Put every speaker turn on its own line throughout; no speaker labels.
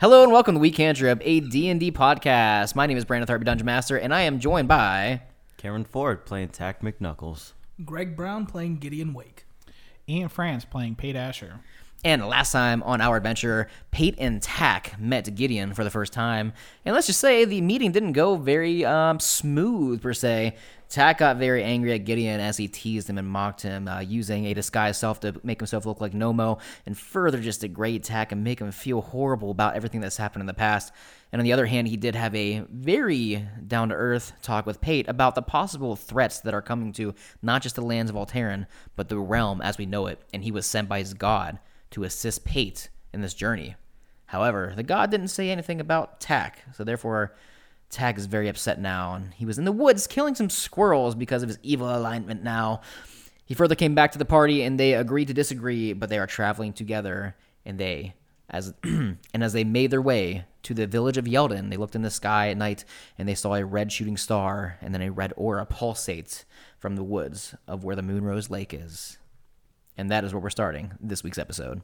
Hello and welcome to Week Cantrip, a D&D podcast. My name is Brandon Tharby, Dungeon Master, and I am joined by...
Cameron Ford playing Tack McNuckles.
Greg Brown playing Gideon Wake.
Ian France playing Pate Asher.
And last time on our adventure, Pate and Tack met Gideon for the first time. And let's just say the meeting didn't go very um, smooth, per se. Tack got very angry at Gideon as he teased him and mocked him, uh, using a disguised self to make himself look like Nomo, and further just degrade Tack and make him feel horrible about everything that's happened in the past. And on the other hand, he did have a very down to earth talk with Pate about the possible threats that are coming to not just the lands of Alteran, but the realm as we know it. And he was sent by his god to assist Pate in this journey. However, the god didn't say anything about Tack, so therefore, Tack is very upset now, and he was in the woods killing some squirrels because of his evil alignment now. He further came back to the party, and they agreed to disagree, but they are traveling together, and they, as and as they made their way to the village of Yeldon, they looked in the sky at night, and they saw a red shooting star, and then a red aura pulsate from the woods of where the Moonrose Lake is. And that is where we're starting this week's episode.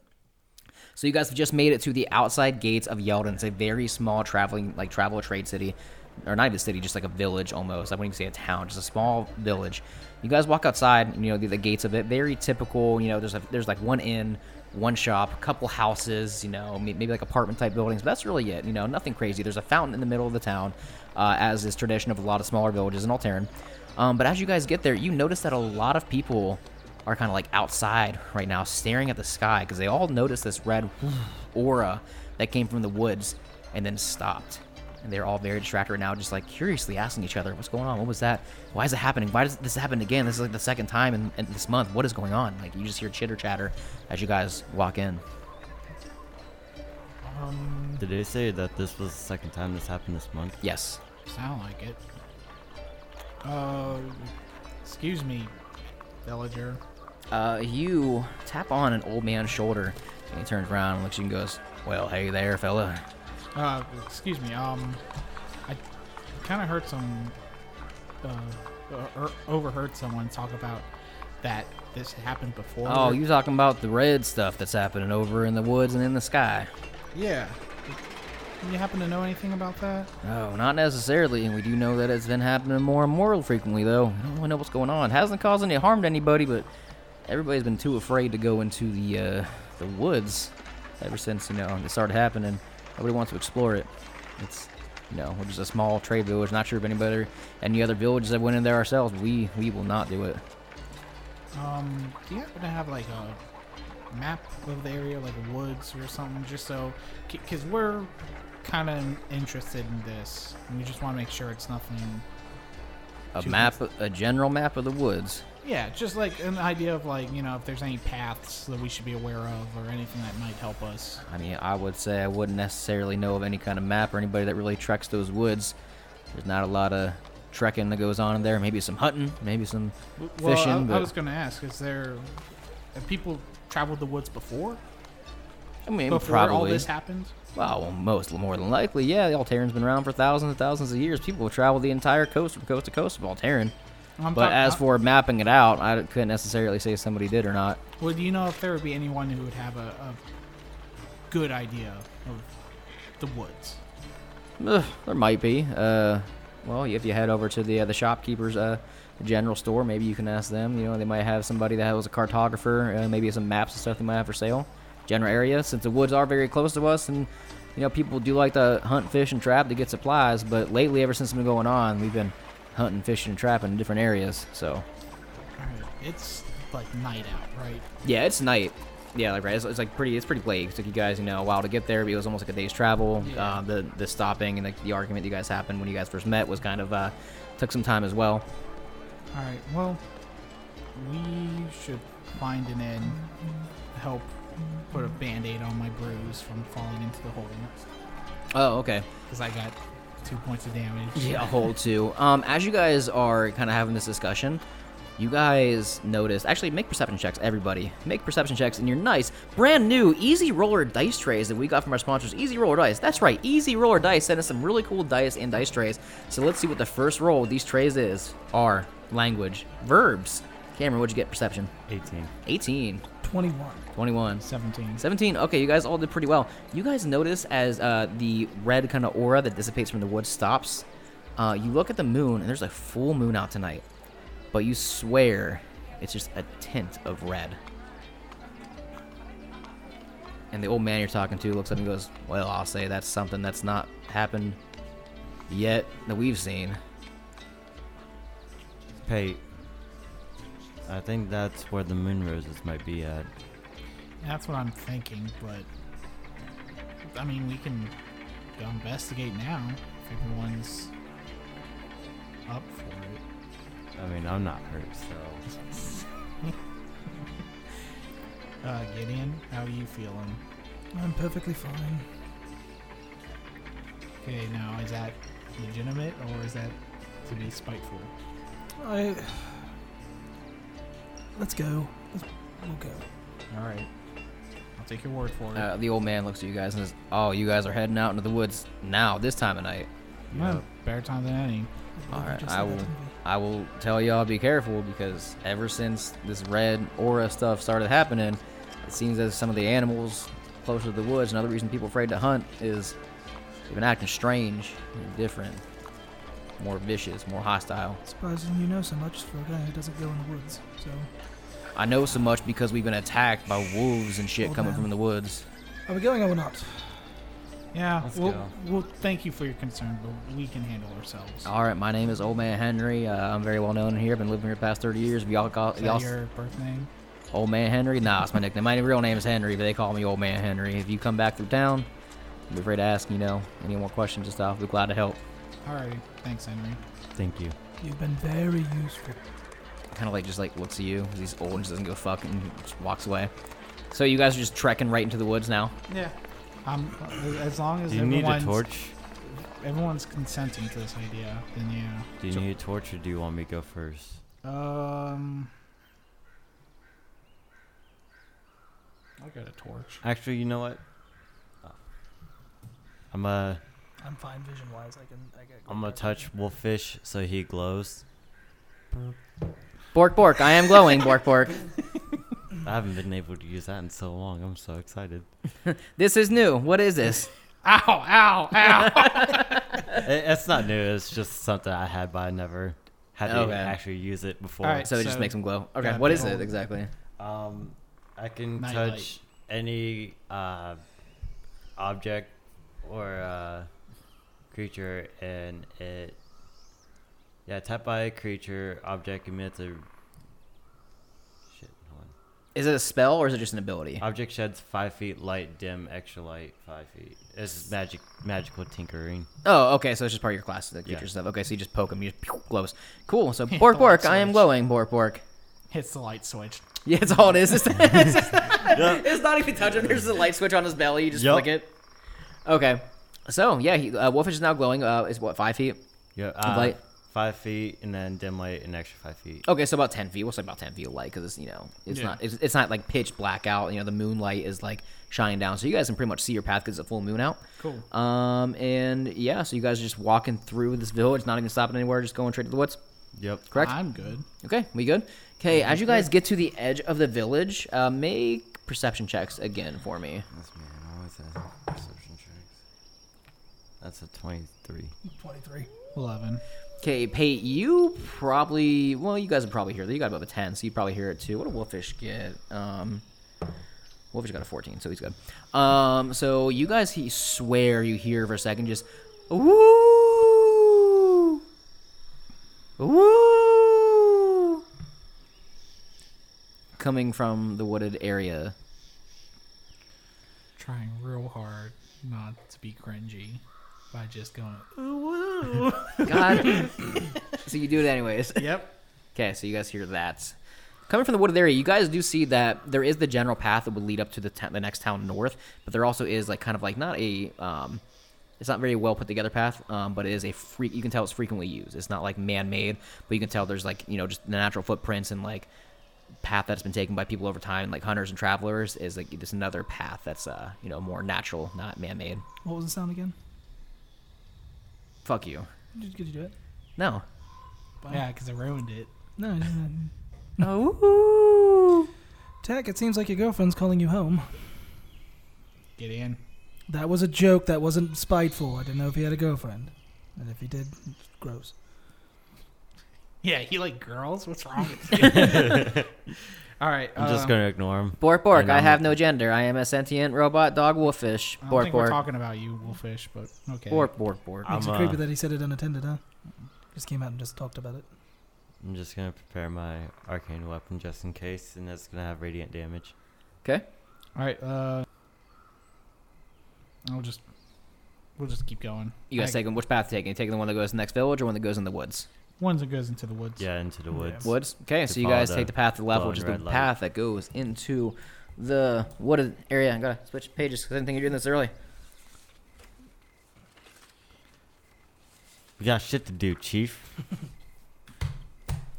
So you guys have just made it to the outside gates of Yeldon. It's a very small traveling, like travel trade city, or not even a city, just like a village almost. I wouldn't even say a town, just a small village. You guys walk outside, and, you know, the, the gates of it. Very typical. You know, there's a, there's like one inn, one shop, a couple houses. You know, may- maybe like apartment type buildings, but that's really it. You know, nothing crazy. There's a fountain in the middle of the town, uh, as is tradition of a lot of smaller villages in Alteran. Um, but as you guys get there, you notice that a lot of people are kind of like outside right now, staring at the sky because they all noticed this red aura that came from the woods and then stopped. And they're all very distracted right now, just like curiously asking each other, "What's going on? What was that? Why is it happening? Why does this happen again? This is like the second time in, in this month. What is going on?" Like you just hear chitter chatter as you guys walk in.
Did they say that this was the second time this happened this month?
Yes.
Sound like it. Uh, excuse me, villager.
Uh, you tap on an old man's shoulder, and he turns around and looks at you and goes, "Well, hey there, fella.
Uh, excuse me. Um, I kind of heard some. Uh, uh, er, overheard someone talk about that this happened before.
Oh, you talking about the red stuff that's happening over in the woods and in the sky?
Yeah. You happen to know anything about that?
No, not necessarily. And we do know that it's been happening more and more frequently, though. I don't really know what's going on. hasn't caused any harm to anybody, but everybody's been too afraid to go into the uh, the woods ever since you know it started happening. Nobody wants to explore it. It's you know we're just a small trade village. Not sure if anybody any other villages have went in there ourselves. We we will not do it.
Um, do you happen to have like a map of the area, like woods or something, just so, because we're kind of interested in this, and we just want to make sure it's nothing.
A map, a general map of the woods.
Yeah, just like an idea of like you know if there's any paths that we should be aware of or anything that might help us.
I mean, I would say I wouldn't necessarily know of any kind of map or anybody that really treks those woods. There's not a lot of trekking that goes on in there. Maybe some hunting, maybe some
W- Well,
fishing.
I, I
but
was gonna ask, is there have people traveled the woods before?
I mean,
Before
probably.
all this happened?
well, most more than likely, yeah. The Alteran's been around for thousands and thousands of years. People have traveled the entire coast from coast to coast of Alteran.
I'm
But uh,
talk-
as
I-
for mapping it out, I couldn't necessarily say somebody did or not.
Well, do you know if there would be anyone who would have a, a good idea of the woods?
Ugh, there might be. Uh, well, if you head over to the uh, the shopkeepers. Uh, general store maybe you can ask them you know they might have somebody that was a cartographer uh, maybe some maps and stuff they might have for sale general area since the woods are very close to us and you know people do like to hunt fish and trap to get supplies but lately ever since it's been going on we've been hunting fishing and trapping in different areas so
All right, it's like night out, right?
yeah it's night yeah like right it's, it's like pretty it's pretty late it took you guys you know a while to get there but it was almost like a day's travel
Yeah.
uh, the the stopping and the, the argument that you guys happened when you guys first met was kind of uh, took some time as well
All right. Well, we should find an inn, help put a band-aid on my bruise from falling into the hole
oh okay
because I got two points of damage.
Yeah, a hole too. Um, as you guys are kind of having this discussion, you guys notice. Actually, make perception checks, everybody. Make perception checks, and you're nice. Brand new Easy Roller dice trays that we got from our sponsors, Easy Roller Dice. That's right, Easy Roller Dice sent us some really cool dice and dice trays. So let's see what the first roll of these trays is. Are language verbs. Cameron, what'd you get? Perception.
18.
18.
21.
21.
17.
17. Okay, you guys all did pretty well. You guys notice as uh, the red kind of aura that dissipates from the wood stops, uh, you look at the moon, and there's a full moon out tonight. But you swear it's just a tint of red. And the old man you're talking to looks up and goes, Well, I'll say that's something that's not happened yet that we've seen.
Pate. I think that's where the moon roses might be at.
That's what I'm thinking, but I mean, we can go investigate now if everyone's up for it.
I mean, I'm not hurt, so.
Uh, Gideon, how are you feeling?
I'm perfectly fine.
Okay, now is that legitimate or is that to be spiteful?
I. Let's go. Let's, we'll go.
All right, I'll take your word for it.
Uh, the old man looks at you guys and says, Oh, you guys are heading out into the woods now, this time of night.
no, better time than any.
I
All
believe we
right,
just
I
said that,
will.
didn't we?
I will tell y'all be careful because ever since this red aura stuff started happening, it seems as some of the animals closer to the woods, another reason people afraid to hunt is they've been acting strange, and different, more vicious, more hostile.
Surprising you know so much for a guy who doesn't go in the woods. So,
I know so much because we've been attacked by wolves and shit
Old
coming
man.
from the woods.
are we going or we're not?
Yeah,
Let's
we'll,
go.
we'll thank you for your concern, but we can handle ourselves.
Uh,
All right, my name is Old Man Henry. Uh, I'm very well known here. I've been living here the past 30 years. If y'all call
Is
y'all
that your birth name?
Old Man Henry? Nah, it's my nickname. My real name is Henry, but they call me Old Man Henry. If you come back through town, don't be afraid to ask, you know, any more questions and stuff. We're glad to help.
All right, thanks, Henry.
Thank you.
You've been very useful.
Kind of like just like looks at you. 'cause He's old and just doesn't go fuck and just walks away. So you guys are just trekking right into the woods now.
Yeah. Um, as long as
Do you need a
everyone's,
torch?
everyone's consenting to this idea, then yeah.
Do you need a torch or do you want me to go first?
Um, I got a torch.
Actually, you know what? Oh. I'm a
I'm fine vision wise. I can. I get
I'm gonna touch Wolfish so he glows.
Bork, bork. I am glowing. bork, bork.
I haven't been able to use that in so long. I'm so excited.
This is new. What is this?
Ow! Ow! Ow!
I- it's not new. It's just something I had, but I never had to
Okay.
actually use it before.
Alright.
So it just
So-
makes him glow. Okay,
Yeah,
what is
behold.
it exactly?
Um, I can
Night
touch any uh, object or uh, creature, and it yeah, tap by a creature object emits a shit. Hold on.
Is it a spell or is it just an ability?
Object sheds five feet light, dim extra light five feet. This is magic, magical tinkering.
Oh, okay. So it's just part of your class, the creature
Yeah.
stuff. Okay, so you just poke him, you just pew, glows. Cool. So
Yeah,
bork,
the
bork.
light
I am
switch.
glowing. Bork, bork.
Hits the light switch.
Yeah, it's all it is. It's, it's just- it's not even touching. There's a light switch on his belly. You just
Yup.
flick it. Okay. So yeah, he, uh, Wolfish is now glowing. Uh, is what five feet?
Yeah, uh,
Light.
five feet, and then dim light, an extra five feet.
Okay, so about ten feet. We'll say about ten feet of light because it's you know it's
Yeah.
not it's, it's not like pitch black out. You know the moonlight is like shining down, so you guys can pretty much see your path because it's a full moon out.
Cool.
Um and yeah, so you guys are just walking through this village, not even stopping anywhere, just going straight to the woods.
Yep.
Correct.
I'm good.
Okay, we good. Okay, as you guys get to the edge of the village, uh, make perception checks again for me.
This man always has perception tricks. That's a twenty-three.
23.
Eleven.
Okay, Pate, you probably well, you guys would probably hear that. You got above a ten, so you probably hear it too. What did Wolfish get? Um, Wolfish got a fourteen, so he's good. Um, so you guys, he swear you hear for a second, just woo, woo, coming from the wooded area.
Trying real hard not to be cringy by just going.
God, so you do it anyways.
Yep.
Okay, so you guys hear that. Coming from the wooded area, you guys do see that there is the general path that would lead up to the, ta- the next town north, but there also is like kind of like not a um, it's not very well put together path, um, but it is a freak. You can tell it's frequently used. It's not like man made, but you can tell there's like you know just the natural footprints and like path that's been taken by people over time, like hunters and travelers, is like just another path that's uh you know more natural, not man made.
What was the sound again?
Fuck you.
Did, could you do it?
No.
Yeah, because I ruined it.
No. you didn't.
No.
Tack, it seems like your girlfriend's calling you home.
Get in.
That was a joke. That wasn't spiteful. I didn't know if he had a girlfriend. And if he did, it's gross.
Yeah, he like girls. What's wrong with you? All right,
I'm just
um,
gonna ignore him.
Bork Bork,
And
I
I'm-
have no gender. I am a sentient robot dog wolfish.
I don't
Bork
think we're
Bork.
talking about you, Wolfish, but okay.
Bork Bork Bork.
I'm,
Makes it creepy
uh,
that he said it unattended, huh? Just came out and just talked about it.
I'm just gonna prepare my arcane weapon just in case, and that's gonna have radiant damage.
All right, uh, I'll just we'll just keep going.
You guys
I-
taking which path taking? Taking the one that goes to the next village or one that goes in the woods?
ones that goes into the woods.
Yeah, into the
Yeah.
woods.
Woods. Okay,
To
so you
follow
guys
the
take the path to the left, which is
glowing
the
red light.
path that goes into the what is, area. I gotta switch pages because I didn't think you're doing this early.
We got shit to do, Chief.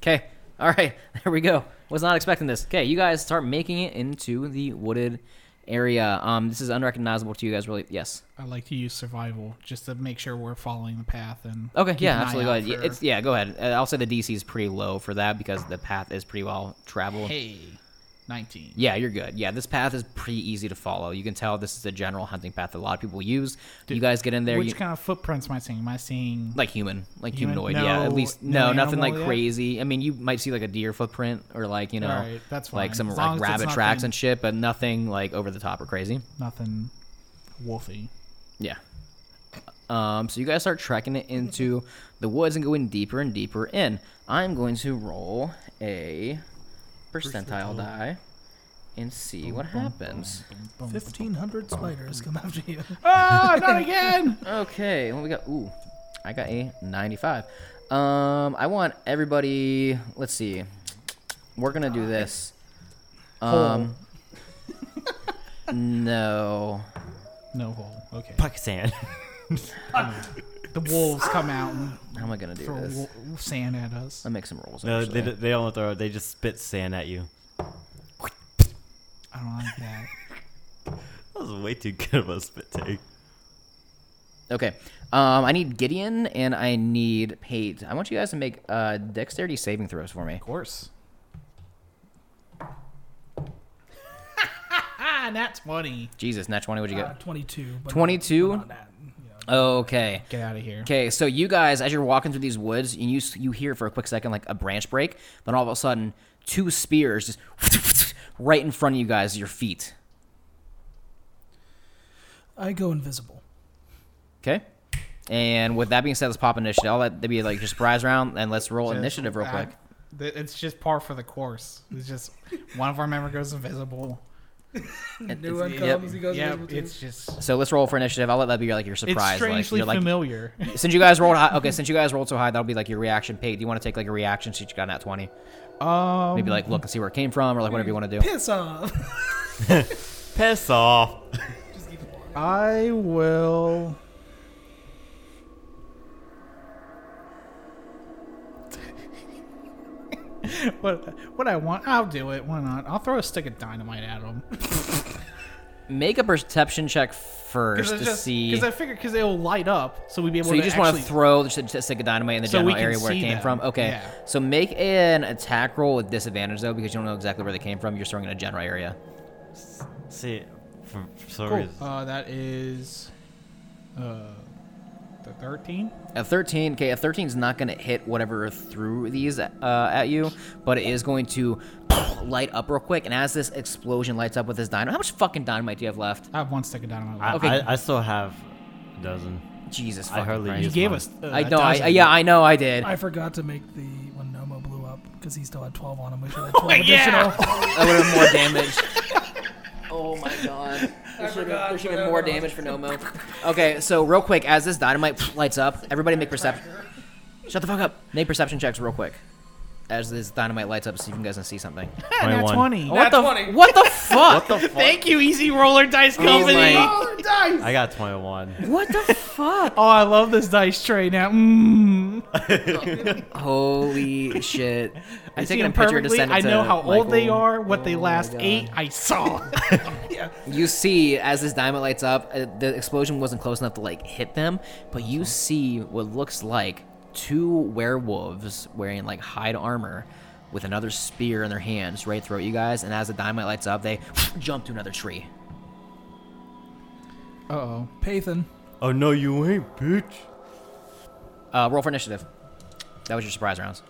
Okay. All right. There we go. Was not expecting this. Okay, you guys start making it into the wooded area. Um, this is unrecognizable to you guys, really. Yes.
I like to use survival just to make sure we're following the path and.
Okay.
keep an
yeah.
eye
Absolutely. Go
out
ahead. Yeah,
for-
It's, yeah. Go ahead. Uh, I'll say the DC is pretty low for that because the path is pretty well traveled.
Hey, nineteen.
Yeah, you're good. Yeah, this path is pretty easy to follow. You can tell this is a general hunting path that a lot of people use.
Dude,
you guys get in there,
Which
you,
kind of footprints am I seeing? Am I seeing?
like human, like
Human?
humanoid. yeah, at
No-
least no,
no
nothing
animal
like
yet?
crazy. I mean, you might see like a deer footprint or like you know,
Alright, that's
like
fine.
some
As
like
long as it's
rabbit
not
tracks
been-
and shit, but nothing like over the top or crazy.
nothing wolfy.
Yeah. Um, so you guys start trekking it into the woods and going deeper and deeper in. I'm going to roll a percentile die and see what happens.
Oh, Fifteen hundred spiders come after you.
Ah, not again!
Okay, well we got ooh, I got a 95. Um, I want everybody. Let's see. We're gonna do this. Um, no.
No hole. Okay.
Pakistan.
The wolves come out and
How am I gonna do
throw
this?
wo- sand at us.
I'll make some rolls.
no, they,
Actually.
d- they don't throw. They just spit sand at you.
I don't like that.
That was way too good of a spit take.
Okay. Um, I need Gideon and I need Pate. I want you guys to make uh, dexterity saving throws for me.
Of course. and that's funny.
Jesus, Nat 20, what'd you
Uh,
get?
Twenty-two. but
22?
not- but not that, you know.
Okay.
Get out of here.
Okay, so you guys, as you're walking through these woods, and you s- you hear for a quick second like a branch break, then all of a sudden, two spears just right in front of you guys, your feet.
I go invisible.
Okay. And with that being said, let's pop initiative. I'll let that be like your surprise round, and let's roll
Just-
initiative real
I-
quick.
th- It's just par for the course. It's just one of our member goes invisible.
It's-
New one
yep.
comes. He goes
Yeah,
invisible.
it's just
So let's roll for initiative. I'll let that be your, like your surprise.
it's
like,
strangely
you're, like,
familiar.
since you guys rolled high, okay, since you guys rolled so high, that'll be like your reaction pig. Do you want to take like a reaction since you got an at 20?
um,
Maybe like look and see where it came from or like whatever you want to do.
Piss off.
Piss off.
I will. what what I want, I'll do it. Why not? I'll throw a stick of dynamite at them.
Make a perception check first to see.
because I figure because they'll light up, so we'd be able
So
to.
you just want
actually,
to throw the sh- sh- stick of dynamite in the
So we
general
can
area where it
see
came
them.
from. Okay,
Yeah.
so make an attack roll with disadvantage though because you don't know exactly where they came from. You're throwing in a general area.
See, for, for some
Cool.
reason,
Uh, that is, uh, the thirteen.
A 13, okay, a 13 is not going to hit whatever threw these uh, at you, but it is going to light up real quick. And as this explosion lights up with this dynamite, how much fucking dynamite do you have left?
I have one stick of dynamite.
I,
left.
okay.
I, I still have a dozen.
Jesus
I
fucking
hardly
Christ.
use
you
it's
gave
mine.
us. Uh,
I
a
know. I,
dozen.
yeah, I know. I did.
I
I,
forgot to make the when Nomo blew up because he still had twelve on him. We should have
Oh,
twelve
yeah.
additional.
would have more damage. oh my god. There should
forgot
have
what
been more
I was-
damage for Nomo. Okay, so real quick, as this dynamite lights up, everybody make perception. Shut the fuck up. Make perception checks real quick. As this dynamite lights up, see if you guys can see something.
And that's
21.
twenty.
Oh, What the?
20.
What the fuck?
Thank you, Easy Roller Dice Company.
my-
dice.
I got 21.
What the fuck?
Oh, I love this dice tray now. Mm.
Holy shit! I
See
taken a
them
picture to
perfectly.
send it
I
to
know how old they
Michael.
are, what they
Oh my
last
God.
ate. I saw.
You see, as this diamond lights up, uh, the explosion wasn't close enough to like hit them, but
Uh-huh.
you see what looks like two werewolves wearing like hide armor with another spear in their hands right through you guys. And as the dynamite lights up, they jump to another tree.
Uh oh.
Pathan.
Oh no, you ain't, bitch.
Uh, roll for initiative. That was your surprise rounds.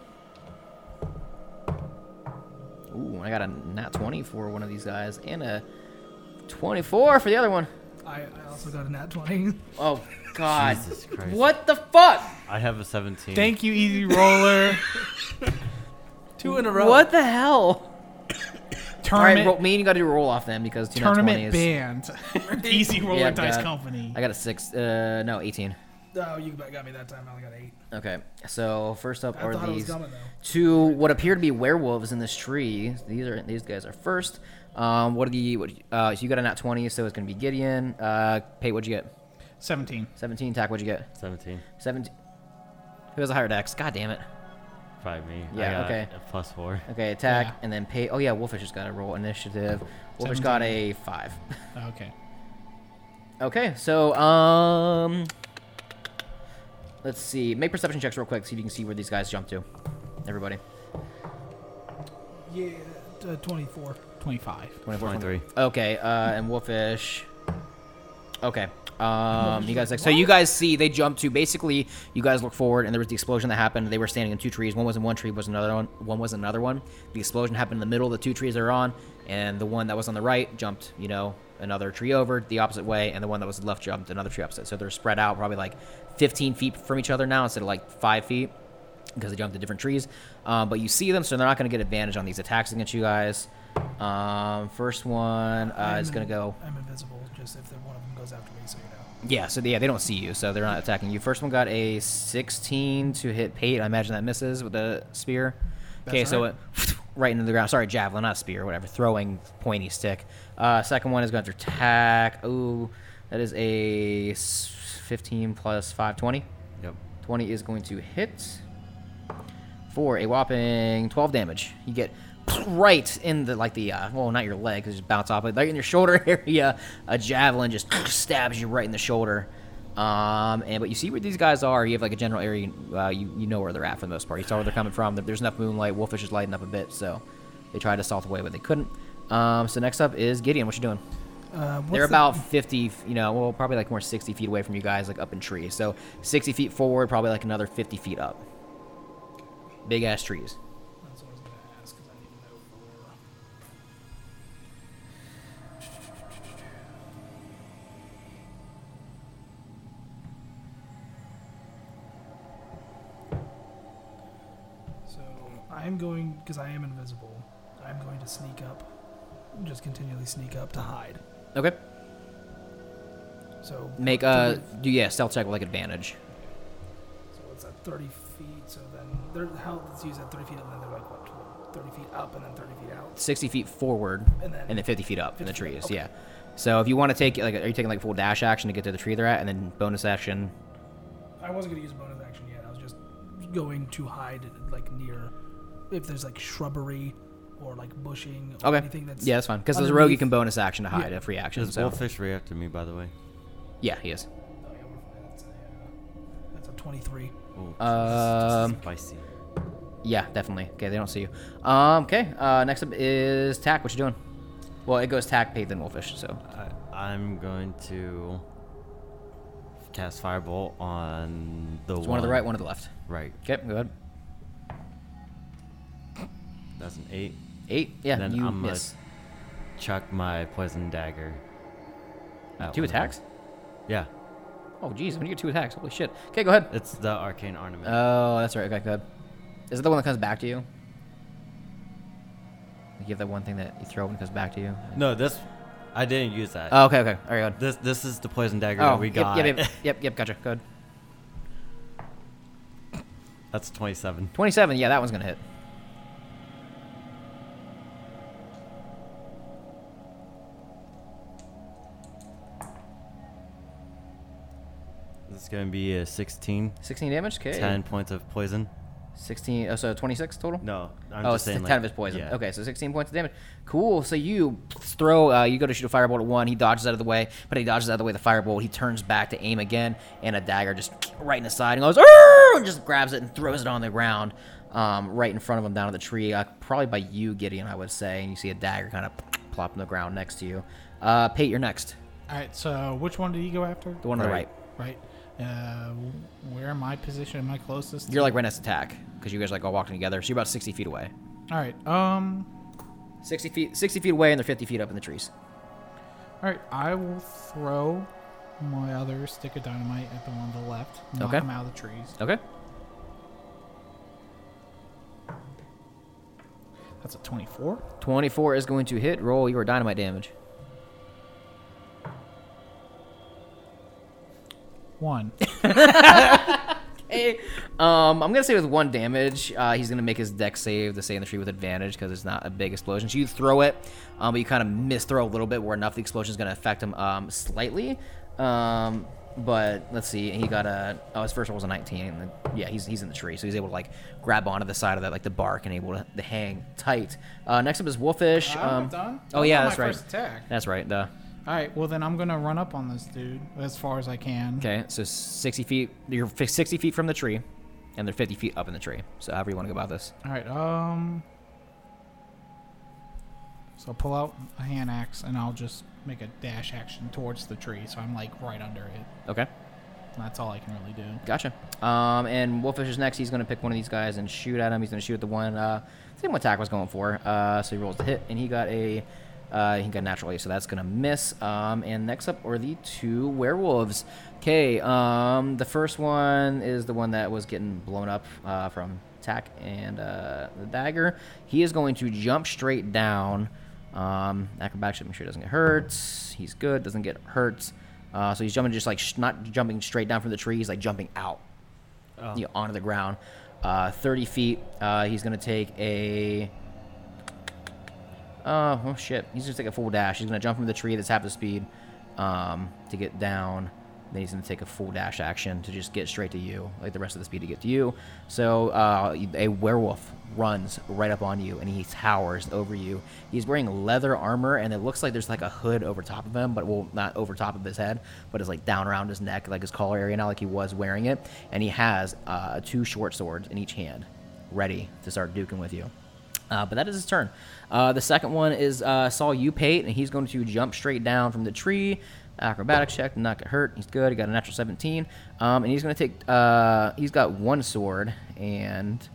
Ooh, I got a nat 20 for one of these guys and a 24 for the other one.
I, I also got a nat 20.
Oh, God.
Jesus Christ.
What the fuck?
I have a 17.
Thank you, Easy Roller.
Two in a row.
What the hell? All right,
tournament
roll, me and you got to do a roll off then because two nat 20
tournament
is.
band. Easy Roller
Yeah, I've
Dice
got-
Company.
I got a six. Uh, no, 18.
Oh, you got me that time. I only got eight.
Okay, so first up
I
are
thought it was
these
coming, though.
two what appear to be werewolves in this tree. These are these guys are first. Um, what are the what, uh, so you got a nat 20, so it's gonna be Gideon. Uh, Pate, what'd you get?
17.
17. Tack, what'd you get?
17.
17. Who has a higher dex? God damn it.
Probably me.
Yeah,
I got
okay.
A plus four.
Okay, attack
Yeah.
and then Pate. Oh yeah, Wolfish has got a roll initiative. Wolfish got a five.
Okay.
Okay, so um, let's see. Make perception checks real quick so you can see where these guys jump to. Everybody.
Yeah, uh, 24.
25.
24,
23.
20. Okay, uh, and Wolfish. Okay. Um, you guys like so you guys see they jump to basically you guys look forward and there was the explosion that happened. They were standing in two trees. One was in one tree, was another one. One was another one. The explosion happened in the middle of the two trees they're on, and the one that was on the right jumped, you know, another tree over the opposite way, and the one that was left jumped another tree opposite. So they're spread out probably like 15 feet from each other now instead of like five feet because they jumped to different trees. Um, but you see them, so they're not going to get advantage on these attacks against you guys. Um, first one uh,
I'm
is going
in-
to go.
I'm invisible, just if the- one of them goes after me, so you know.
Yeah, so yeah, they don't see you, so they're not attacking you. First one got a 16 to hit Pate. I imagine that misses with the spear. Okay,
That's
so
right.
it right into the ground. Sorry, javelin, not spear, whatever. Throwing pointy stick. Uh, second one is going to attack. Ooh, that is a s- 15 plus 5, 20.
Yep.
20 is going to hit for a whopping 12 damage. You get right in the like the uh, well, not your leg, 'cause it just bounce off, but like in your shoulder area, a javelin just stabs you right in the shoulder. Um, and but you see where these guys are. You have like a general area. Uh, you you know where they're at for the most part. You saw where they're coming from. There's enough moonlight. Wolfish is lighting up a bit, so they tried to salt away, but they couldn't. Um, so next up is Gideon. What you doing?
Uh, what's
They're
the-
about 50, f- you know, well, probably like more 60 feet away from you guys, like up in trees. So 60 feet forward, probably like another 50 feet up. Big ass trees.
That's what I was going to ask, 'cause I need to know for- So, I'm going, because I am invisible, I'm going to sneak up, just continually sneak up to hide.
Okay.
So
Make,
to
uh,
move-
do, yeah, stealth check with like advantage.
So what's that? Thirty feet. So then they're how let's use that thirty feet, and then they're like what? 12, Thirty feet up, and then thirty feet out.
60 feet forward
And then-
and then 50 feet up in the
50 feet up,
trees,
okay.
yeah. So if you want to take, like, are you taking like full dash action to get to the tree they're at and then bonus action?
I wasn't gonna use a bonus action yet. I was just going to hide like near if there's like shrubbery or like bushing or
Okay.
anything that's
yeah, that's fine. Because as a rogue, you
underneath-
can bonus action to hide
Yeah.
a free action.
Does
So.
Wolfish react to me, by the way?
Yeah, he is.
Oh, yeah, we're fine. That's a, uh, that's a twenty-three.
Ooh,
Um,
spicy.
Yeah, definitely. Okay, they don't see you. Um, okay. Uh, next up is Tack. What you doing? Well, it goes Tack, Pate, then Wolfish. So
I, I'm going to cast Firebolt on the
it's one to the right, one to the left.
Right.
Okay, go ahead.
That's an eight.
Eight. Yeah,
Then
you
I'm a-
miss.
Chuck my poison dagger. at
Two
one of them.
attacks.
Yeah.
Oh, jeez, when you get two attacks, holy shit. Okay, go ahead.
It's the arcane ornament.
Oh, that's right. Okay, go ahead. Is it the one that comes back to you? Like, You have that one thing that you throw and it comes back to you.
no, this I didn't use that.
Oh, okay, okay. All right, go ahead.
This this is the poison dagger
Oh,
that we
yep,
got.
Yep, yep, yep, yep. Gotcha. Go ahead.
That's twenty seven.
Twenty-seven. Yeah, that one's gonna hit.
It's gonna be a 16.
Sixteen damage. Okay.
Ten points of poison.
Sixteen. Oh, so twenty-six total.
No, I'm
oh,
just
it's 10
saying. like-
of his poison.
yeah.
Okay, so 16 points of damage. Cool. So you throw, uh, you go to shoot a firebolt at one. He dodges out of the way, but he dodges out of the way the firebolt. He turns back to aim again, and a dagger just right in the side and goes, "Arr!" and just grabs it and throws it on the ground. um, right in front of him down at the tree, uh, probably by you, Gideon, I would say. And you see a dagger kind of plop in the ground next to you. Uh, Pate, you're next.
All right. So which one did he go after?
The one on the right.
Right.
Right. Uh, where am I positioned? Am I closest?
You're like right next to Tack because you guys like all walking together. So you're about 60 feet away.
All right. Um.
60 feet, 60 feet away, and they're 50 feet up in the trees.
All right, I will throw my other stick of dynamite at the one on the left. Knock
Okay.
him out of the trees.
Okay.
That's a 24.
24 is going to hit. Roll your dynamite damage.
One.
Hey, um, I'm gonna say with one damage, uh, he's gonna make his deck save to stay in the tree with advantage because it's not a big explosion. So you throw it, um, but you kind of misthrow a little bit where enough the explosion is gonna affect him um, slightly. Um, but let's see, he got a oh his first roll was a 19. And yeah, he's he's in the tree, so he's able to like grab onto the side of that like the bark and able to, to hang tight. Uh, next up is Wolfish.
I'm
um,
done.
Oh
That
yeah,
was
that's
my
right.
first attack.
That's right. Duh.
All right, well then I'm gonna run up on this dude as far as I can.
Okay, so 60 feet. You're fi- 60 feet from the tree, and they're 50 feet up in the tree. So however you want to go about this.
All right. Um. So I'll pull out a hand axe and I'll just make a dash action towards the tree. So I'm like right under it.
Okay.
That's all I can really do.
Gotcha. Um, and Wolfish is next. He's going to pick one of these guys and shoot at him. He's going to shoot at the one. Uh, same attack was going for. Uh, so he rolls the hit, and he got a. Uh, he got naturally, so that's gonna miss. Um, and next up are the two werewolves. Okay. Um, the first one is the one that was getting blown up uh, from attack and uh, the dagger. He is going to jump straight down. Um, acrobatics should make sure he doesn't get hurt. He's good. Doesn't get hurt. Uh, so he's jumping, just like sh- not jumping straight down from the tree. He's like jumping out,
Oh.
you know, onto the ground. Uh, 30 feet. Uh, he's gonna take a. Uh, oh shit! He's gonna take a full dash. He's gonna jump from the tree that's half the speed, um, to get down. Then he's gonna take a full dash action to just get straight to you, like the rest of the speed to get to you. So uh, a werewolf runs right up on you, and he towers over you. He's wearing leather armor, and it looks like there's like a hood over top of him, but well, not over top of his head, but it's like down around his neck, like his collar area now, like he was wearing it. And he has uh, two short swords in each hand, ready to start duking with you. Uh, but that is his turn. Uh, the second one is uh, Saul Upate, and he's going to jump straight down from the tree. Acrobatic check, not get hurt. He's good. He got a natural 17. Um, and he's going to take. Uh, he's got one sword and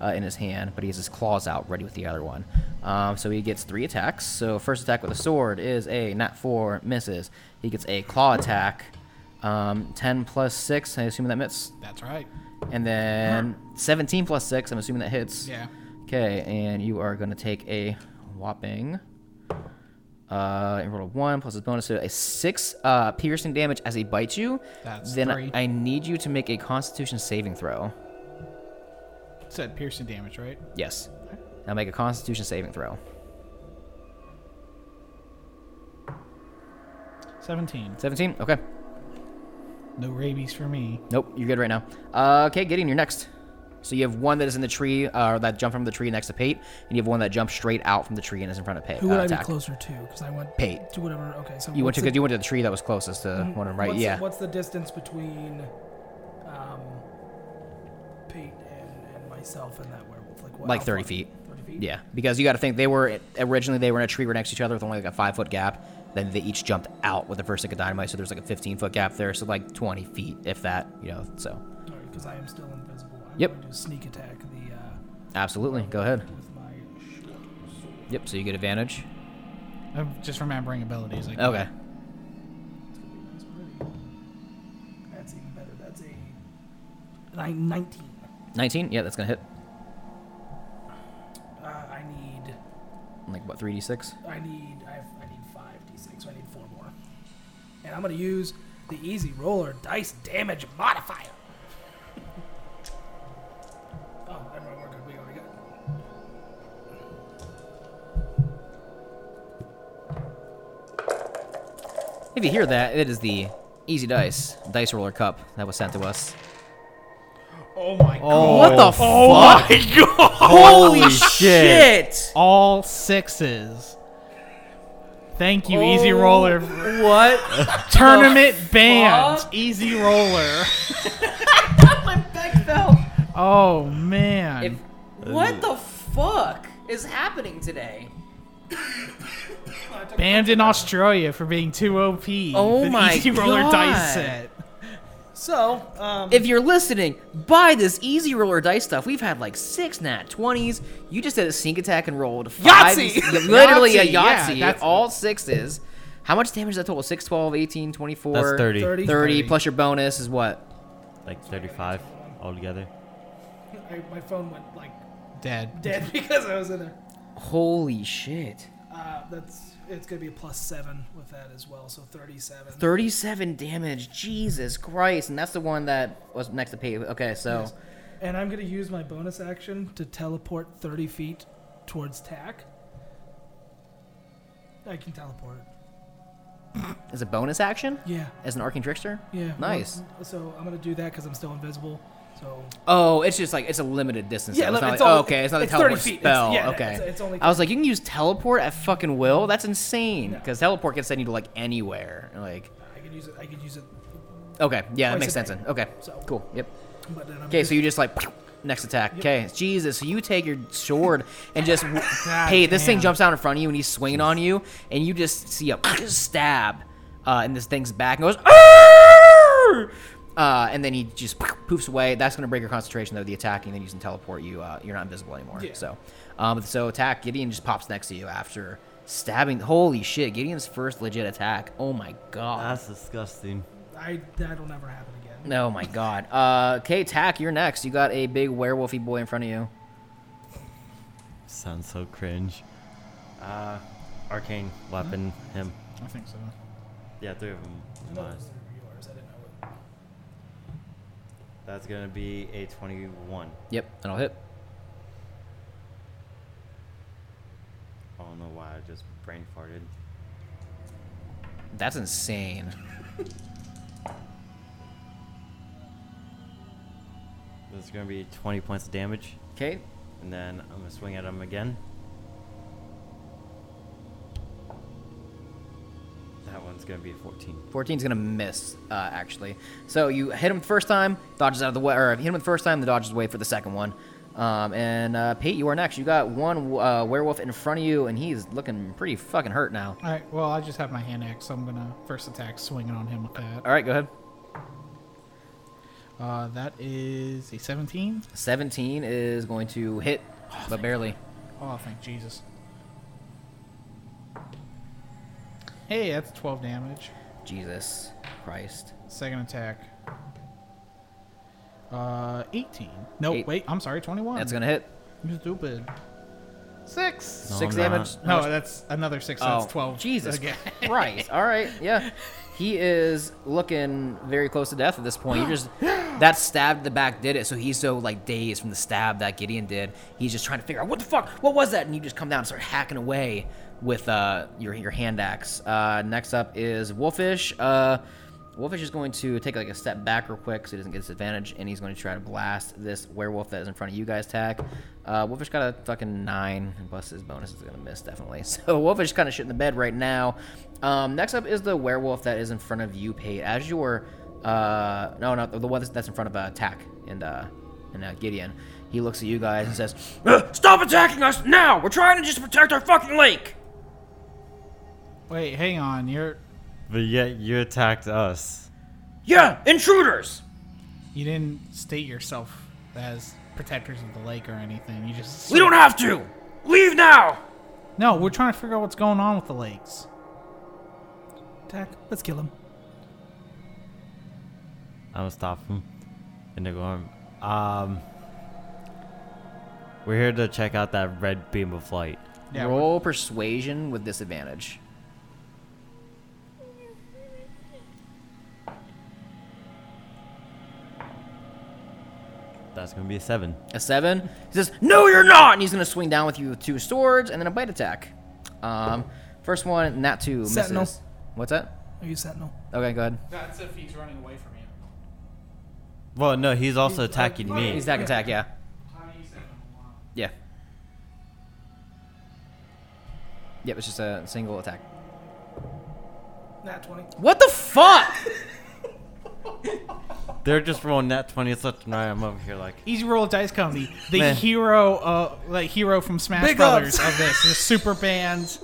uh, in his hand, but he has his claws out, ready with the other one. Um, so he gets three attacks. So first attack with a sword is a nat four misses. He gets a claw attack, um, 10 plus six. I assume that misses.
That's right.
And then 17 plus six. I'm assuming that hits.
Yeah.
Okay, and you are going to take a whopping. Uh, and roll a one plus his bonus, so a six uh, piercing damage as he bites you.
That's
then
three.
I need you to make a Constitution saving throw.
Said piercing damage, right?
Yes. Now make a Constitution saving throw.
17.
Seventeen. Okay.
No rabies for me.
Nope. You're good right now. Uh, okay, Gideon, you're next. So you have one that is in the tree, uh, that jumped from the tree next to Pate, and you have one that jumped straight out from the tree and is in front of Pate.
Who would
uh,
I be
attack.
closer to? Because I went
Pate.
to whatever. Okay, so
You went
what's
to
the- Mm-hmm.
because you went to the tree that was closest to one of them, right?
What's,
yeah.
What's the distance between um, Pete and, and myself and that werewolf? Like what?
Like
how
30
far?
feet.
Thirty feet.
Yeah, because you got to think they were originally they were in a tree right next to each other with only like a five foot gap. Then they each jumped out with the first stick of dynamite, so there's like a 15 foot gap there, so like 20 feet if that, you know. So
Because I am still invisible. I'm
Yep.
going to sneak attack the uh,
absolutely, go ahead.
with my short sword.
Yep. So you get advantage.
I'm just remembering abilities. Like
Okay.
It's gonna be nice and pretty. That's even better. That's a nine, 19.
19. Yeah, that's gonna hit.
Uh, I need.
Like what 3d6?
I need I, have, I need five d6, so I need four more. And I'm gonna use the easy roller dice damage modifier. oh, never mind, we're good. We already got it.
If you hear that, it is the Easy Dice Dice Roller Cup that was sent to us.
Oh my god.
what the fuck? Oh Holy shit!
All sixes. Thank you,
Oh.
Easy Roller.
What?
Tournament banned. Easy Roller.
My back fell.
Oh man.
If What the fuck is happening today?
Banned in Australia for being too OP.
Oh
The
my
Easy roller
God.
dice set.
So, um,
If you're listening, buy this easy roller dice stuff. We've had like six nat 20s. You just did a sneak attack and rolled five.
Yahtzee!
Literally a
Yahtzee, yeah,
Yahtzee.
that's-
all sixes. How much damage is that total? 6, 12, 18, 24.
That's 30.
30.
30 plus your bonus is what?
Like 35 altogether.
I, my phone went like
Dead.
dead because I was in there.
Holy shit.
Uh, that's it's gonna be a plus seven with that as well, so thirty-seven.
37 damage. Jesus Christ. And that's the one that was next to pay. Okay, so.
Yes. And I'm gonna use my bonus action to teleport thirty feet towards tack. I can teleport.
As a bonus action?
Yeah,
As an Arcane Trickster?
yeah.
Nice.
Well, So I'm gonna do that because I'm still invisible. So
Oh, it's just like it's a limited distance.
Yeah,
though. it's
look,
not
it's
like,
all-
okay, it's not a
it's 30
teleport
feet. It's-
spell.
yeah,
okay,
it's- it's only-
I was like, you can use teleport at fucking will. That's insane
No.
because teleport can send you to like anywhere. Like,
I can use it. I can use it.
okay, yeah, that
Twice
makes
a day.
sense. Then. Okay,
So-
cool. Yep.
But then I'm
Okay, so you just like next attack. Okay, Jesus, so you take your sword and just hey, this thing
damn.
jumps out in front of you and he's swinging on you, and you just see a stab uh, in this thing's back and goes. "Arr!" Uh, and then he just poofs away. That's going to break your concentration though, the attack, and then you can teleport. You uh, you're not invisible anymore.
Yeah.
So, um, so attack. Gideon just pops next to you after stabbing. Holy shit! Gideon's first legit attack. Oh my god.
That's disgusting.
I that'll never happen again.
Oh my god. Uh, okay, Tack, you're next. You got a big werewolfy boy in front of you.
Sounds so cringe. Uh, arcane weapon, him.
I think so.
Yeah, three of them.
I know
Mine.
those are yours. I didn't know what-
That's gonna be a 21.
Yep, that'll hit.
I don't know why I just brain farted.
That's insane.
That's gonna be 20 points of damage,
Okay.
and then I'm gonna swing at him again. That one's gonna be a 14.
14's gonna miss, uh, actually. So you hit him the first time, dodges out of the way, or hit him the first time, the dodges away for the second one. Um, and uh, Pete, you are next. You got one uh, werewolf in front of you, and he's looking pretty fucking hurt now.
All right. Well, I just have my hand axe, so I'm gonna first attack swinging on him with that.
All right, go ahead.
Uh, that is a 17.
17 is going to hit, but barely.
Oh, thank Jesus. Hey, that's 12 damage.
Jesus Christ.
Second attack. Uh, 18. No,
Eight.
wait. I'm sorry, 21.
That's gonna hit.
You stupid. Six.
No,
Six
I'm
damage.
not.
How
No,
much-
that's another six. so
Oh,
that's 12.
Jesus
again.
Christ. All right. Yeah. He is looking very close to death at this point. You just that stab to the back did it, so he's so like dazed from the stab that Gideon did. He's just trying to figure out what the fuck, what was that, and you just come down and start hacking away with uh, your your hand axe. Uh, next up is Wolfish. Uh, Wolfish is going to take like a step back real quick so he doesn't get disadvantage, and he's going to try to blast this werewolf that is in front of you guys. Tack. Uh, Wolfish got a fucking nine, and plus his bonus is going to miss definitely. So Wolfish is kind of shit in the bed right now. Um, next up is the werewolf that is in front of you, Pate. As you're, uh, no, no, the one that's- that's in front of uh, Tack and uh, and uh, Gideon, he looks at you guys and says, "Ugh, "Stop attacking us now! We're trying to just protect our fucking lake."
Wait, hang on. You're
But yet you attacked us.
Yeah, intruders.
you didn't state yourself as protectors of the lake or anything. You just
We don't have to. Leave now.
No, we're trying to figure out what's going on with the lakes.
Tack. Let's kill him.
I'm gonna stop him in the arm. Um, we're here to check out that red beam of light.
Yeah, we're-
Roll persuasion with disadvantage.
That's gonna be a seven.
A seven. He says, "No, you're not," and he's gonna swing down with you with two swords and then a bite attack. Um, first one, nat two misses.
Sentinel.
What's that?
Are you sentinel?
Okay, go ahead.
That's if he's running away from you.
Well, no, he's also attacking me.
He's attack, attack. Yeah,
How do you say that?
yeah. Yep, it's just a single attack.
Nat twenty.
What the fuck?
They're just rolling that 20 left and right. I'm over here like,
Easy Roll of Dice Comedy, the
Man.
hero, uh, like hero from Smash
Big
Brothers
ups.
of this, the super band.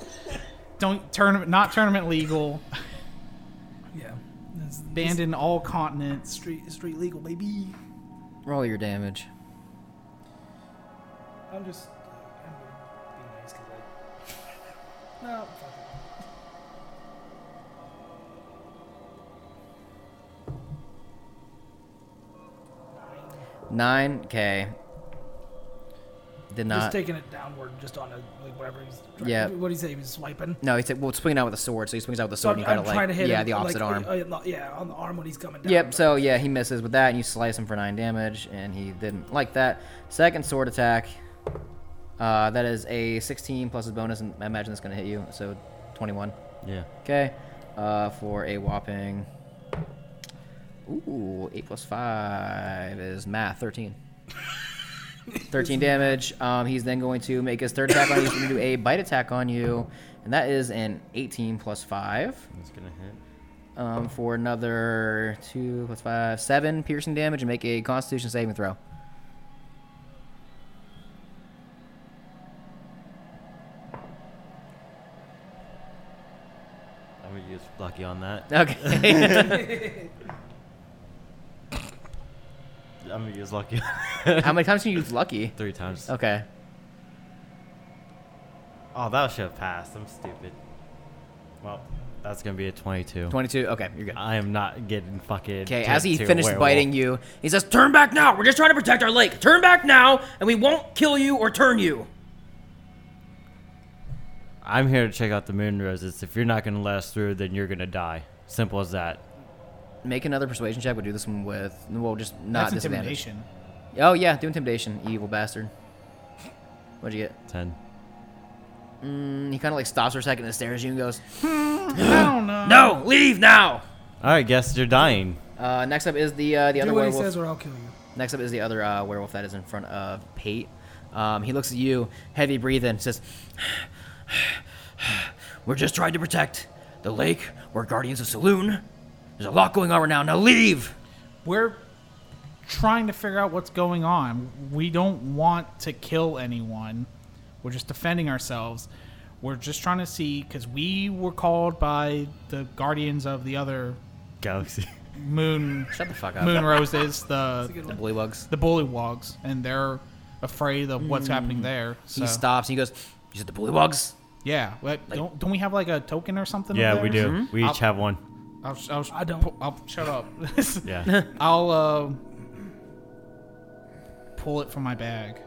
Don't tournament, not tournament legal,
Yeah. It's-
banned in all continents.
Street, street legal, baby.
Roll your damage.
I'm just. I'm being nice 'cause I. No, fuck it.
Nine K. Did
just
not.
taking it downward, just on a, like whatever he's. Trying,
Yeah.
What do you say? He was swiping.
no, he said, well, swing out with a sword, so he swings out with a
So
sword
I'm,
and you kind of
I'm trying
like,
to hit
yeah,
him,
the opposite
like,
arm.
uh, uh, yeah, on the arm when he's coming down.
Yep,
but-
so yeah, he misses with that, and you slice him for nine damage, and he didn't like that. Second sword attack. Uh, that is a 16 plus his bonus, and I imagine that's going to hit you, so 21.
yeah.
Okay, uh, for a whopping. Ooh, 8 plus 5 is math, 13. 13 damage. Um, he's then going to make his third attack on you. He's going to do a bite attack on you, and that is an 18 plus 5
It's gonna hit.
um, for another two plus five, seven piercing damage, and make a Constitution saving throw.
I'm gonna use lucky on that.
Okay.
I'm gonna use lucky
How many times can you use lucky?
three times.
Okay.
Oh, that should have passed. I'm stupid. Well, that's gonna be a 22.
Twenty-two. Okay, you're good.
I am not getting fucking.
Okay,
turned
as he
to a
finishes
werewolf.
biting you, he says, "Turn back now. We're just trying to protect our lake. Turn back now, and we won't kill you or turn you."
I'm here to check out the moon roses. If you're not gonna let us through, then you're gonna die. Simple as that.
Make another persuasion check. We'll do this one with well, just not
That's
disadvantage.
intimidation.
Oh yeah, do intimidation, you evil bastard. What'd you get?
10.
Mm, he kind of like stops for a second and stares at you and goes,
I don't know.
"No, leave now."
Alright, guess you're dying.
Uh, next up is the uh, the other
Do what he
werewolf.
says, or I'll kill you.
Next up is the other uh, werewolf that is in front of Pate. Um, he looks at you, heavy breathing, says, We're just trying to protect the lake. We're guardians of Saloon. There's a lot going on right now. Now leave!
We're trying to figure out what's going on. We don't want to kill anyone. We're just defending ourselves. We're just trying to see because we were called by the guardians of the other
Galaxy.
Oh,
moon
Shut the fuck up.
moon roses, the
The bullywogs.
the bullywogs, and they're afraid of what's happening there. So
Mm. He stops. He goes, You said the bullywogs?
yeah, but don't don't we have like a token or something?
yeah,
over
we
there?
do. We each
I'll-
have one.
I'll, I'll,
I don't.
I'll shut up.
Yeah.
I'll uh, pull it from my bag.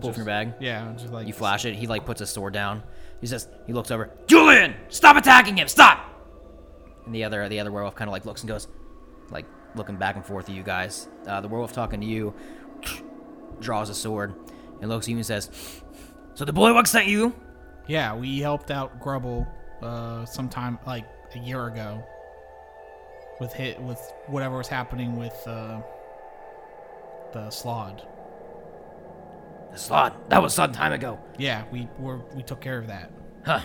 Pull from your bag.
Yeah, I'm just like
You flash it. He like puts his sword down. He says, He looks over, Julian! Stop attacking him! Stop! And the other the other werewolf kind of like looks and goes, like looking back and forth at you guys. Uh, the werewolf talking to you draws a sword and looks at you and says, "So the boy sent you?
Yeah, we helped out Grubble uh, sometime like a year ago with hit with whatever was happening with uh, the slod.
The slot. That was some time ago.
Yeah, we were we took care of that.
Huh?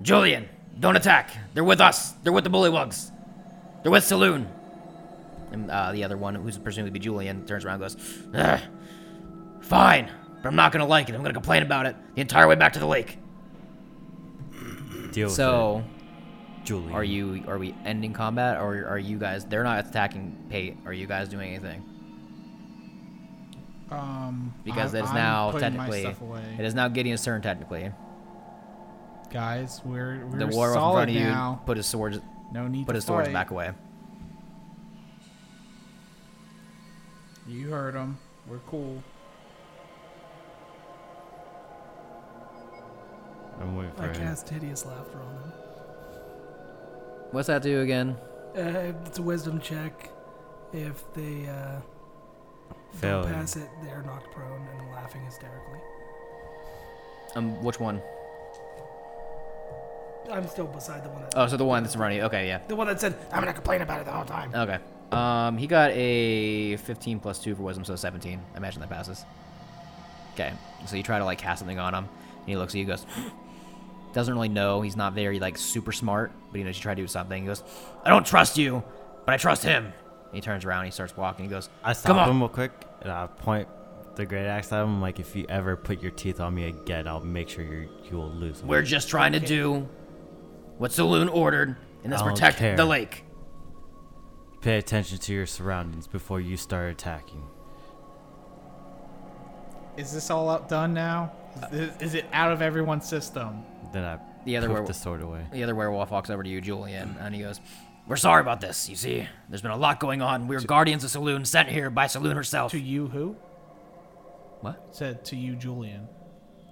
Julian, don't attack. They're with us. They're with the bullywugs. They're with Saloon." And uh, the other one, who's presumably be Julian, turns around and goes, Ugh, "Fine, but I'm not gonna like it. I'm gonna complain about it the entire way back to the lake."
Deal
So.
with it. Julie.
Are you are we ending combat or are you guys they're not attacking Pate. Are you guys doing anything?
Um,
Because
I-
that is
I'm
now
putting my
technically
stuff away.
it is now Gideon's turn technically.
guys. We're we're
The war in
solid
front of you
now.
put his swords
no need
put
to
his swords
fight.
back away.
You heard him. We're cool.
I'm waiting for
I
him.
cast hideous laughter on them.
What's that do again?
Uh, it's a wisdom check. If they uh,
Fail.
don't pass it, they're knocked prone and laughing hysterically.
Um which one?
I'm still beside the one that.
Oh, so the one that's running. Okay, yeah.
the one that said, "I'm gonna complain about it the whole time."
Okay. Um he got a 15 plus 2 for wisdom so 17. I imagine that passes. Okay. So you try to like cast something on him and he looks at you and goes doesn't really know. He's not very like super smart, but he knows you try to do something. He goes, "I don't trust you, but I trust him." And he turns around, he starts walking, he goes,
I
Come
stop
on.
him real quick, and I point the great axe at him. I'm like, if you ever put your teeth on me again, I'll make sure you you will lose. them."
We're just trying to do what Saloon ordered, and that's
I don't
protect
care.
the lake.
Pay attention to your surroundings before you start attacking.
Is this all up done now?
Uh,
Is, is it out of everyone's system?
Then I
The other
poof
werewolf-
the sword away.
The other werewolf walks over to you, Julian, and he goes, We're sorry about this. You see, there's been a lot going on. We're guardians of Saloon, sent here by Saloon herself.
To you, who?
What?
Said to you, Julian.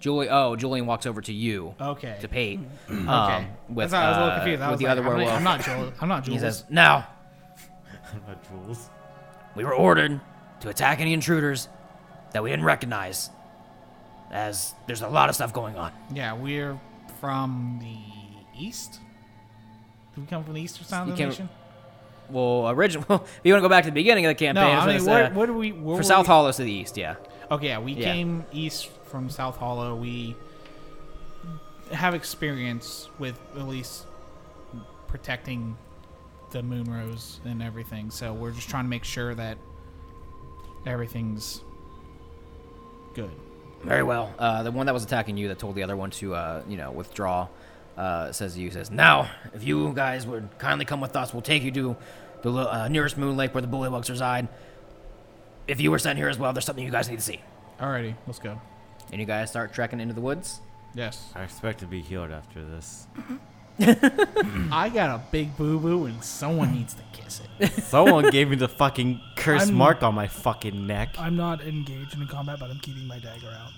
Julie, oh, Julian walks over to you,
Okay.
to Pate, um,
Uh, okay.
with,
That's why I was a little
uh,
confused. I
with
was
the
like,
other
I'm
werewolf.
Not, I'm not Jules. I'm not
he
Jules.
says, Now,
My jewels.
we were ordered to attack any intruders that we didn't recognize, as there's a lot of stuff going on.
yeah, we're from the east. Do we come from the east or
You
something?
came- Well, original. Well, if you want to go back to the beginning of the
No,
campaign, it's
I mean,
it's,
where,
uh,
where do we? Where
for
were
South
we-
Hollow to the east. Yeah,
Okay, Oh, yeah, we
Yeah.
came east from South Hollow. We have experience with at least protecting the Moonrose and everything. So we're just trying to make sure that everything's good.
very well. Uh, the one that was attacking you that told the other one to, uh, you know, withdraw, uh, says to you, says, "Now, if you guys would kindly come with us, we'll take you to the lo- uh, nearest Moon Lake where the Bullywugs reside. If you were sent here as well, there's something you guys need to see."
Alrighty, let's go.
And you guys start trekking into the woods.
Yes.
I expect to be healed after this.
I got a big boo boo and someone needs to kiss it.
Someone gave me the fucking curse
I'm-
mark on my fucking neck.
I'm not engaged in combat, but I'm keeping my dagger out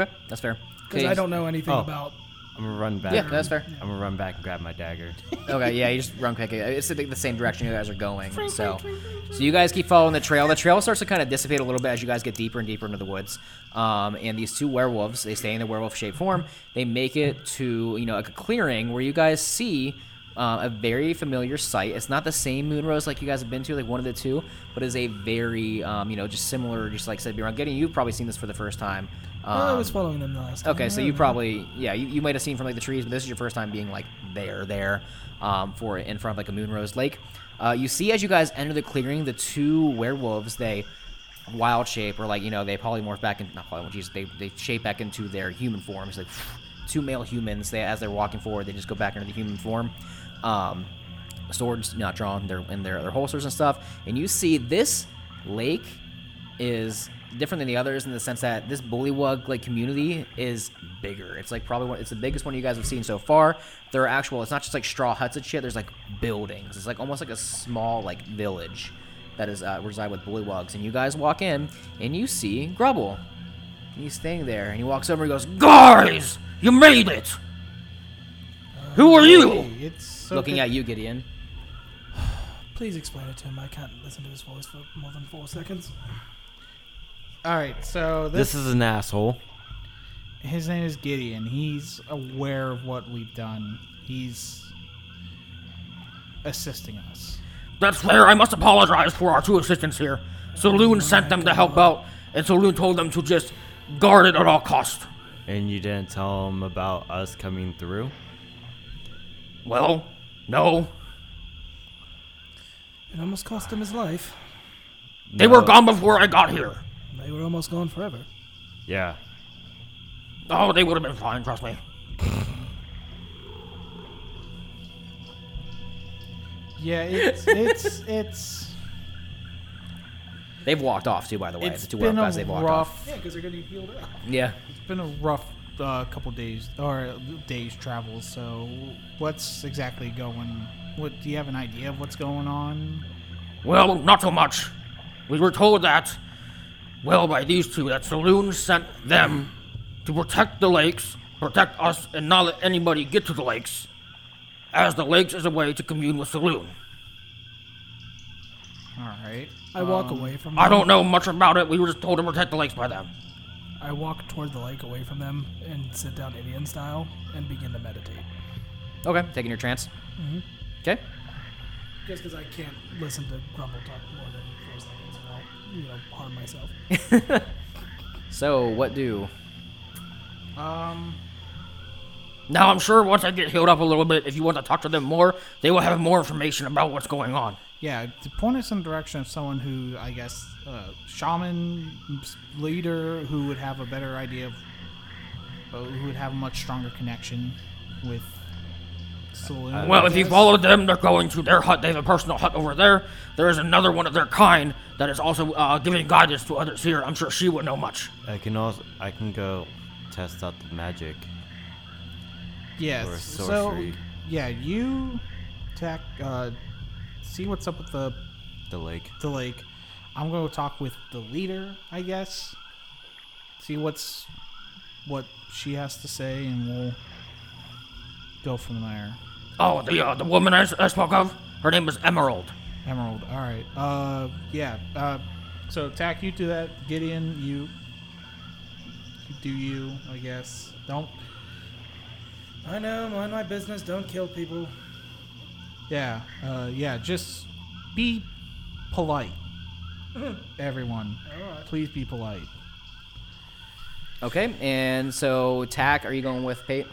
Okay, that's fair.
because I don't know anything
Oh.
about.
I'm gonna run back.
Yeah, that's fair.
I'm gonna run back and grab my dagger.
okay, yeah, you just run quick. It's the, the same direction you guys are going. So, so you guys keep following the trail. The trail starts to kind of dissipate a little bit as you guys get deeper and deeper into the woods. Um, and these two werewolves, they stay in their werewolf shape form. They make it to you know like a clearing where you guys see. Uh, a very familiar sight. It's not the same Moonrose like you guys have been to, like one of the two, but is a very, um, you know, just similar, just like said, I'm getting you've probably seen this for the first time. Um,
Well, I was following them the last. Time.
Okay, so
I
you
don't know.
probably yeah, you, you might have seen from like the trees, but this is your first time being like there, there, um, for in front of like a moonrose lake. Uh, you see as you guys enter the clearing, the two werewolves they wild shape or like you know they polymorph back in not polymorph, geez, they they shape back into their human forms. Like two male humans, they as they're walking forward, they just go back into the human form. Um, swords not drawn, they're in their their holsters and stuff, and you see this lake is different than the others in the sense that this bullywug like community is bigger. It's like probably one, it's the biggest one you guys have seen so far. There are actual. It's not just like straw huts and shit. There's like buildings. It's like almost like a small like village that is uh, reside with bullywugs. And you guys walk in and you see Grubble. And he's staying there and he walks over and goes, "Guys, you made it. Who are
Hey,
you?"
it's so
Looking
good-
at you, Gideon.
Please explain it to him. I can't listen to his voice for more than four seconds.
All right, so this,
This is an asshole.
his name is Gideon. He's aware of what we've done. He's assisting us.
That's fair. I must apologize for our two assistants here. Saloon sent them to help out, and Saloon told them to just guard it at all costs.
And you didn't tell him about us coming through.
Well, no.
It almost cost him his life.
They were
No.
gone before I got here.
They were almost gone forever.
Yeah.
Oh, they would have been fine, trust me.
Yeah, it's it's it's
They've walked off too, by the way.
it's
the two
been
werewolves
a
they've walked off.
rough
Yeah, because they're gonna get healed up.
Yeah.
it's been a rough uh, couple days or days travel. So what's exactly going? What do you have an idea of what's going on?
Well, not so much. We were told that, well, by these two, that Saloon sent them to protect the lakes, protect us, and not let anybody get to the lakes, as the lakes is a way to commune with Saloon.
All right,
I walk away from.
I
them.
don't know much about it. We were just told to protect the lakes by them.
I walk toward the lake away from them and sit down Indian style and begin to meditate.
Okay. Taking your chance. Okay.
Just because I can't listen to Grumble talk more than four seconds, and I'll, you know, harm myself.
So what do?
Um,
Now, I'm sure once I get healed up a little bit, if you want to talk to them more, they will have more information about what's going on.
yeah, to point us in the direction of someone who, I guess, uh, shaman s- leader who would have a better idea of, uh, who would have a much stronger connection with Saloon. I
Uh, Well, if you
guess.
follow them, they're going to their hut. They have a personal hut over there. There is another one of their kind that is also uh, giving guidance to others here. I'm sure she would know much.
I can also I can go test out the magic.
yes.
or
so,
sorcery.
yeah, you attack, uh, see what's up with the
The lake.
to like I'm gonna talk with the leader, I guess. See what's what she has to say and we'll go from there.
Oh, the uh, the woman I, s- I spoke of. Her name is Emerald.
Emerald, alright. Uh yeah. Uh so attack you do that, Gideon, you you do you, I guess. Don't
I know, mind my business, don't kill people.
yeah, uh yeah, just be polite. Everyone.
Alright.
Please be polite.
Okay, and so Tack, are you going with Pate?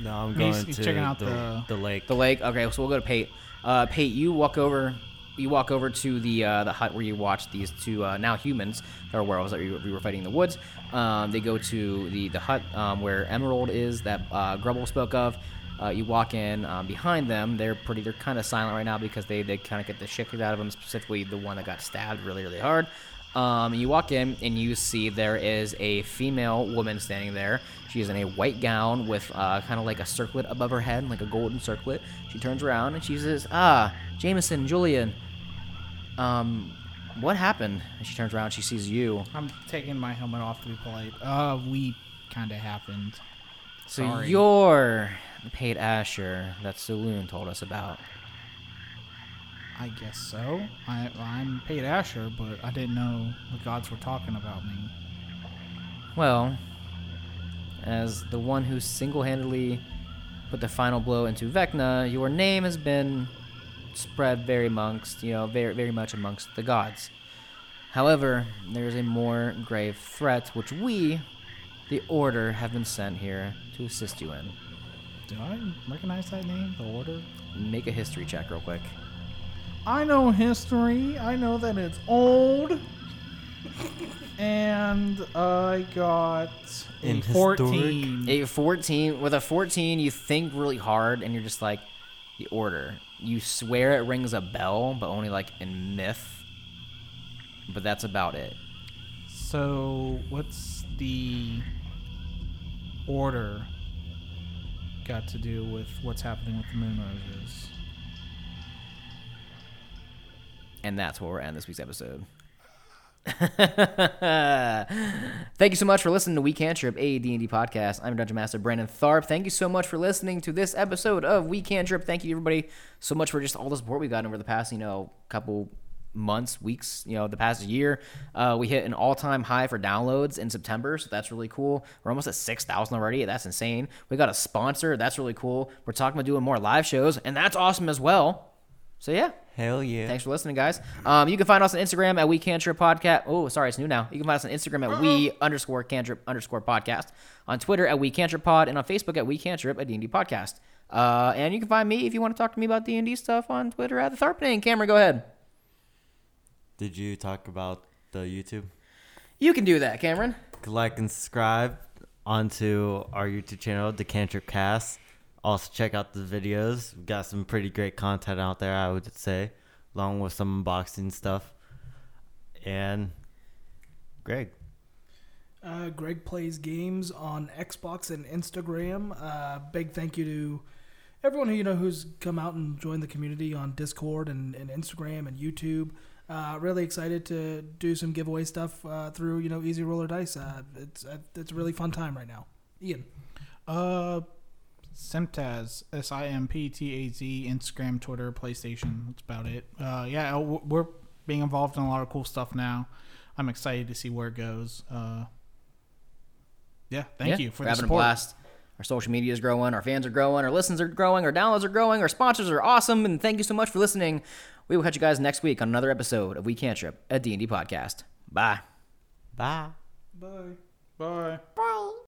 No, I'm going
He's- he's
to
checking out
the,
the-
the lake.
The lake. Okay, so we'll go to Pate. Uh, Pate, you walk over. You walk over to the uh, the hut where you watch these two uh, now humans or werewolves that we, we were fighting in the woods. Um, they go to the the hut um, where Emerald is that uh, Grubble spoke of. Uh, you walk in um, behind them. They're pretty. They're kind of silent right now because they, they kind of get the shit kicked out of them. Specifically, the one that got stabbed really really hard. Um, you walk in and you see there is a female woman standing there. She is in a white gown with uh, kind of like a circlet above her head, like a golden circlet. She turns around and she says, "Ah, Jameson, Julian, um, what happened?" And she turns around. She sees you.
I'm taking my helmet off to be polite. Uh, we kind of happened.
So
Sorry.
you're the paid Asher that Saloon told us about.
I guess so. I, I'm paid Asher, but I didn't know the gods were talking about me.
Well, as the one who single-handedly put the final blow into Vecna, your name has been spread very amongst, you know, very very much amongst the gods. However, there is a more grave threat which we, the Order, have been sent here to assist you in.
Do I recognize that name? The Order?
Make a history check real quick.
I know history. I know that it's old. and I got a
In historic?
14.
A 14 with a 14 you think really hard and you're just like the order you swear it rings a bell but only like in myth but that's about it
So, what's the Order got to do with what's happening with the Moon Roses?
and that's where we're end this week's episode thank you so much for listening to we cantrip a d&d podcast i'm dungeon master brandon tharp thank you so much for listening to this episode of we cantrip thank you everybody so much for just all the support we've gotten over the past you know couple months weeks you know the past year uh, we hit an all-time high for downloads in september so that's really cool we're almost at 6000 already that's insane we got a sponsor that's really cool we're talking about doing more live shows and that's awesome as well so yeah
Hell yeah.
Thanks for listening, guys. Um, you can find us on Instagram at We Cantrip Podcast. Oh, sorry, it's new now. You can find us on Instagram at We underscore Cantrip underscore Podcast, on Twitter at We Cantrip Pod, and on Facebook at We Cantrip a D&D Podcast. Uh, and you can find me if you want to talk to me about D&D stuff on Twitter at The Tharp Name. Cameron, go ahead.
Did you talk about the YouTube?
You can do that, Cameron.
Like and subscribe onto our YouTube channel, The Cantrip Cast. Also check out the videos. We've got some pretty great content out there, I would say, along with some unboxing stuff. And Greg.
Uh, Greg plays games on Xbox and Instagram. Uh, big thank you to everyone who you know who's come out and joined the community on Discord and, and Instagram and YouTube. Uh, really excited to do some giveaway stuff uh, through you know Easy Roller Dice. Uh, it's uh, it's a really fun time right now. Ian,
Uh, Simtaz, S I M P T A Z, Instagram, Twitter, PlayStation. That's about it. Uh, yeah, w- we're being involved in a lot of cool stuff now. I'm excited to see where it goes. Uh, yeah, thank
Yeah,
you for
we're
the
having
support.
a blast. Our social media is growing, our fans are growing, our listens are growing, our downloads are growing, our sponsors are awesome, and thank you so much for listening. We will catch you guys next week on another episode of We Cantrip a D&D Podcast. Bye.
Bye.
bye.
Bye.